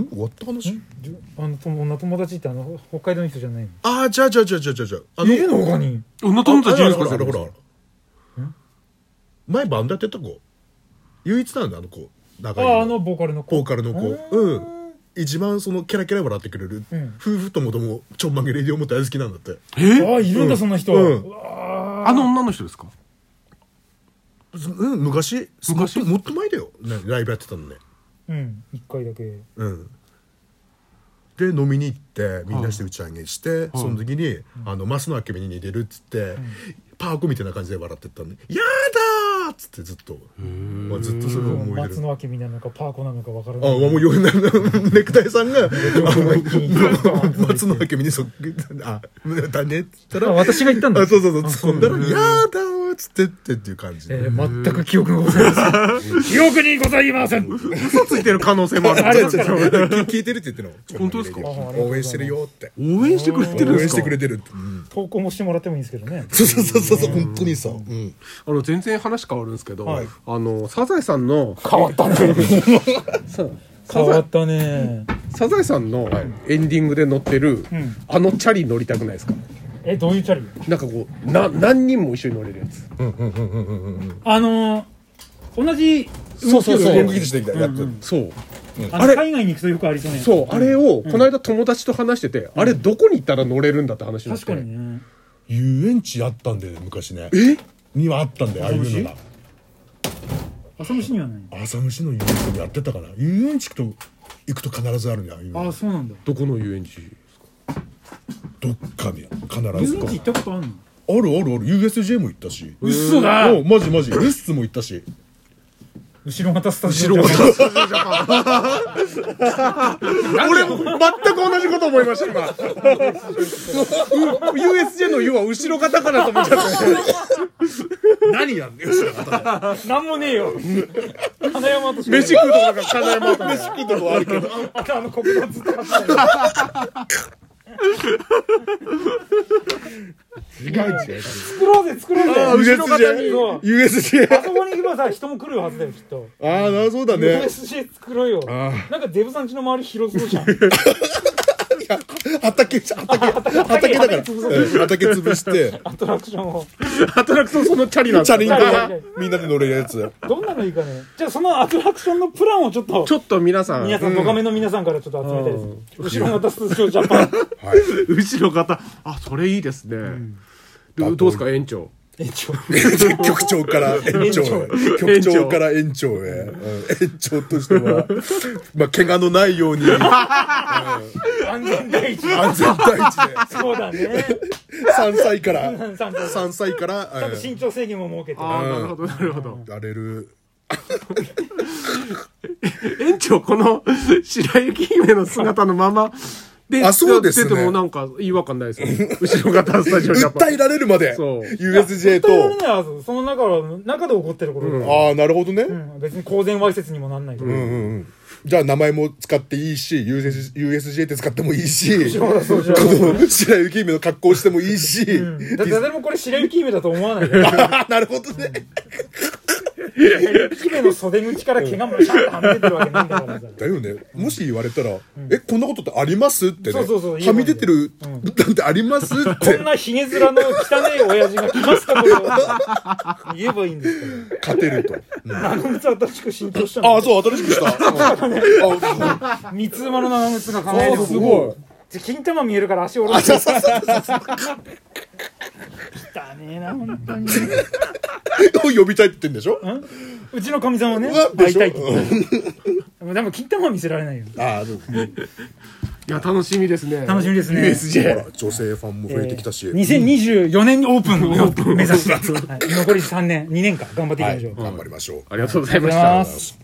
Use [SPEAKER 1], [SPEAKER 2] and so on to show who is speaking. [SPEAKER 1] ん終わった話
[SPEAKER 2] じゅあのと女友達ってあの北海道の人じゃない
[SPEAKER 1] ああじゃあじゃあじゃあじゃあじゃあじゃああ
[SPEAKER 2] のいるの他に
[SPEAKER 3] 女友達いるん
[SPEAKER 1] ほ
[SPEAKER 3] で
[SPEAKER 1] らほ
[SPEAKER 3] す
[SPEAKER 1] らほ
[SPEAKER 3] から
[SPEAKER 1] ほら前バンドやってた子唯一なんだあの子
[SPEAKER 2] あ
[SPEAKER 1] 仲いい
[SPEAKER 2] ああのボーカルの子
[SPEAKER 1] ボーカルの子うん一番そのキャラキャラ笑ってくれる、
[SPEAKER 2] うん
[SPEAKER 1] 夫婦ともどもちょんまげレディオも大好きなんだって
[SPEAKER 3] え
[SPEAKER 2] あいるんだそんな人
[SPEAKER 1] うん
[SPEAKER 2] うわー
[SPEAKER 3] あの女の人ですか
[SPEAKER 1] ずうん昔
[SPEAKER 3] 昔
[SPEAKER 1] もっともっと前だよねライブやってたのね
[SPEAKER 2] うん一回だけ
[SPEAKER 1] うんで飲みに行ってみんなして打ち上げして、その時に、あの増野明美に似てるっつって、パーコみたいな感じで笑ってったのね「やだ!」っつってずっと、まあ、ずっとそれを思い出
[SPEAKER 2] 松
[SPEAKER 1] る
[SPEAKER 2] 野明美なのかパーコなのかわから
[SPEAKER 1] あ
[SPEAKER 2] ない
[SPEAKER 1] あもうよ ネクタイさんがあの
[SPEAKER 2] う ん
[SPEAKER 1] 松野明美にそっくり「あだね」っつった
[SPEAKER 2] あ
[SPEAKER 1] ら「
[SPEAKER 2] 私が言ったんだ
[SPEAKER 1] あそうそうそうそんなら「やだ!」っつってってっていう感じ
[SPEAKER 2] えー全く記憶がございません記憶にございません
[SPEAKER 3] 嘘ついてる可能性もある
[SPEAKER 1] あれ 聞いてるって言ってるの
[SPEAKER 3] 本当ですか
[SPEAKER 1] 応援してるよって
[SPEAKER 3] 応援してくれてるん
[SPEAKER 1] 応
[SPEAKER 3] で
[SPEAKER 1] 援
[SPEAKER 3] す
[SPEAKER 1] して
[SPEAKER 3] か
[SPEAKER 1] くれてるって
[SPEAKER 2] 投稿もしてもらってもいいんですけどね
[SPEAKER 1] そうそうそうそうそう本当にさうん
[SPEAKER 3] あの全然話変わるんですけど、
[SPEAKER 2] はい
[SPEAKER 3] あのサザエさんの
[SPEAKER 2] 変わったね
[SPEAKER 3] さサ
[SPEAKER 2] 変わ
[SPEAKER 3] ザ
[SPEAKER 2] ったね
[SPEAKER 3] サザエさんのエンディングで乗ってる、
[SPEAKER 2] ん
[SPEAKER 3] あのチャリ乗りたくないですか
[SPEAKER 2] えどういうチャリ
[SPEAKER 3] なんかこうな何人も一緒に乗れるやつ
[SPEAKER 2] あのー同じ
[SPEAKER 3] そうそうそう
[SPEAKER 1] 電撃してきたやつ
[SPEAKER 3] そう
[SPEAKER 2] あ
[SPEAKER 3] あれ
[SPEAKER 2] の海外に行くとよくありそうね
[SPEAKER 3] そう、あれをこの間友達と話してて、あれどこに行ったら乗れるんだって話になって
[SPEAKER 2] 確かにね
[SPEAKER 1] 遊園地あったんだよね昔ね
[SPEAKER 3] え
[SPEAKER 1] にはあったんだよああいうのが
[SPEAKER 2] 朝飯にはない
[SPEAKER 1] 朝虫の遊園地にやってたかな遊園地行くと行くと必ずあるねああいう
[SPEAKER 2] あ
[SPEAKER 1] の
[SPEAKER 2] あそうなんだ
[SPEAKER 3] どこの遊園地
[SPEAKER 1] どっかに必
[SPEAKER 2] 遊
[SPEAKER 1] ず
[SPEAKER 2] 園地行ったことあるの
[SPEAKER 1] あるあるある USJ も行ったし
[SPEAKER 2] 嘘だ
[SPEAKER 1] おマジマジレッスンも行ったし
[SPEAKER 2] 後ろ股スタジ
[SPEAKER 1] 後
[SPEAKER 2] オ
[SPEAKER 1] ろ
[SPEAKER 2] じゃない
[SPEAKER 1] が
[SPEAKER 3] 俺も全く同じこと思いました今う USJ の湯は後ろ方かなと思っちゃって
[SPEAKER 1] 何やんね後ろが
[SPEAKER 2] なんもねえよ 花山としか
[SPEAKER 3] 飯食うとこなんか金山とか
[SPEAKER 1] あるけど
[SPEAKER 2] あとあの国道ずっと 走ってる
[SPEAKER 1] 違う違う
[SPEAKER 2] 作ろうぜ作ろうぜ
[SPEAKER 1] あ
[SPEAKER 2] 後ろ方に
[SPEAKER 1] USJ
[SPEAKER 2] そう
[SPEAKER 1] USJ
[SPEAKER 2] あそこに行けばさ人も来るはずだよきっと
[SPEAKER 1] ああなそうだね
[SPEAKER 2] USJ 作ろうよ
[SPEAKER 1] あ
[SPEAKER 2] なんかデブさん家の周り広そうじゃ ん
[SPEAKER 1] 畑畑畑だからうん畑潰して
[SPEAKER 2] アトラクションを
[SPEAKER 3] アトラクションそのチャリなんです
[SPEAKER 1] チャリンコ
[SPEAKER 2] いやいや
[SPEAKER 1] が
[SPEAKER 2] いや
[SPEAKER 1] みんなで乗れるやつ
[SPEAKER 2] どんなのいいかねじゃあそのアトラクションのプランをちょっと
[SPEAKER 3] ちょっと皆さん
[SPEAKER 2] 皆さん、ドカメの皆さんからちょっと集めたいです。後ろ型スタジオジャパ ン。
[SPEAKER 3] 後ろ方あそれいいですね、でどうですか園長
[SPEAKER 2] え、ちょ、
[SPEAKER 1] 局長から園長へ局長から園長へうん園長としてはまあ怪我のないように安
[SPEAKER 2] 安全第一。
[SPEAKER 1] 全第一で
[SPEAKER 2] そうだね。
[SPEAKER 1] 3歳から
[SPEAKER 2] 三歳から
[SPEAKER 1] 3歳から
[SPEAKER 2] ちゃんと
[SPEAKER 1] うん
[SPEAKER 2] 身長制限も設けて。
[SPEAKER 3] ああなるほどなるほど
[SPEAKER 1] やれる
[SPEAKER 3] 園長この白雪姫の姿のままで
[SPEAKER 1] あそうですね
[SPEAKER 3] やっててもなんか違和感ないですよね後ろ方スタジオジャパ
[SPEAKER 1] 訴
[SPEAKER 3] ン
[SPEAKER 1] えられるまで
[SPEAKER 3] そう
[SPEAKER 1] USJ
[SPEAKER 2] という
[SPEAKER 1] と
[SPEAKER 2] のは、その中は、中で起こってることだから
[SPEAKER 1] ああなるほどね
[SPEAKER 2] うん別に公然わいせつにもなんないけど。
[SPEAKER 1] うんうんじゃあ名前も使っていいし USJ, USJ って使ってもいいしこ
[SPEAKER 2] そうだそうじゃん
[SPEAKER 1] の白雪姫の格好してもいいし、
[SPEAKER 2] だって誰もこれ白雪姫だと思わないから。
[SPEAKER 1] あなるほどね、
[SPEAKER 2] 白雪姫の袖口から毛がむしゃっとはみ出てるわけないんだからさ。
[SPEAKER 1] だよねもし言われたら「えこんなことってあります?」ってね
[SPEAKER 2] そうそうそう
[SPEAKER 1] はみ出てる、なんてあります?」っ
[SPEAKER 2] こん
[SPEAKER 1] て
[SPEAKER 2] なひげ面の汚い親父が来ましたこれを言えばいいんですか
[SPEAKER 1] 勝てると、
[SPEAKER 2] ら。長靴新しく新調した
[SPEAKER 1] あ
[SPEAKER 2] の
[SPEAKER 1] あ。そう新しくした、うんあ
[SPEAKER 2] 三つ馬の長靴が輝い
[SPEAKER 1] そ
[SPEAKER 2] てま
[SPEAKER 1] う
[SPEAKER 2] す
[SPEAKER 1] す ごい
[SPEAKER 2] じゃ金玉見えるから足下ろして汚ねえな本当に
[SPEAKER 1] 呼びたいって言ってんでしょ
[SPEAKER 2] うちのかみさんはね
[SPEAKER 1] うわで
[SPEAKER 2] 会い
[SPEAKER 1] しょ
[SPEAKER 2] たいってでも金玉は見せられないよ
[SPEAKER 1] ああそう
[SPEAKER 3] いや楽しみですね
[SPEAKER 2] 楽しみですね
[SPEAKER 1] ほら女性ファンも増えてきたし、
[SPEAKER 2] えー2024年にオープンを目指して、はい残り3年2年間頑張っていきましょう、
[SPEAKER 1] 頑張りましょう
[SPEAKER 3] ありがとうござい
[SPEAKER 2] ありがとうござい
[SPEAKER 3] ました
[SPEAKER 2] ます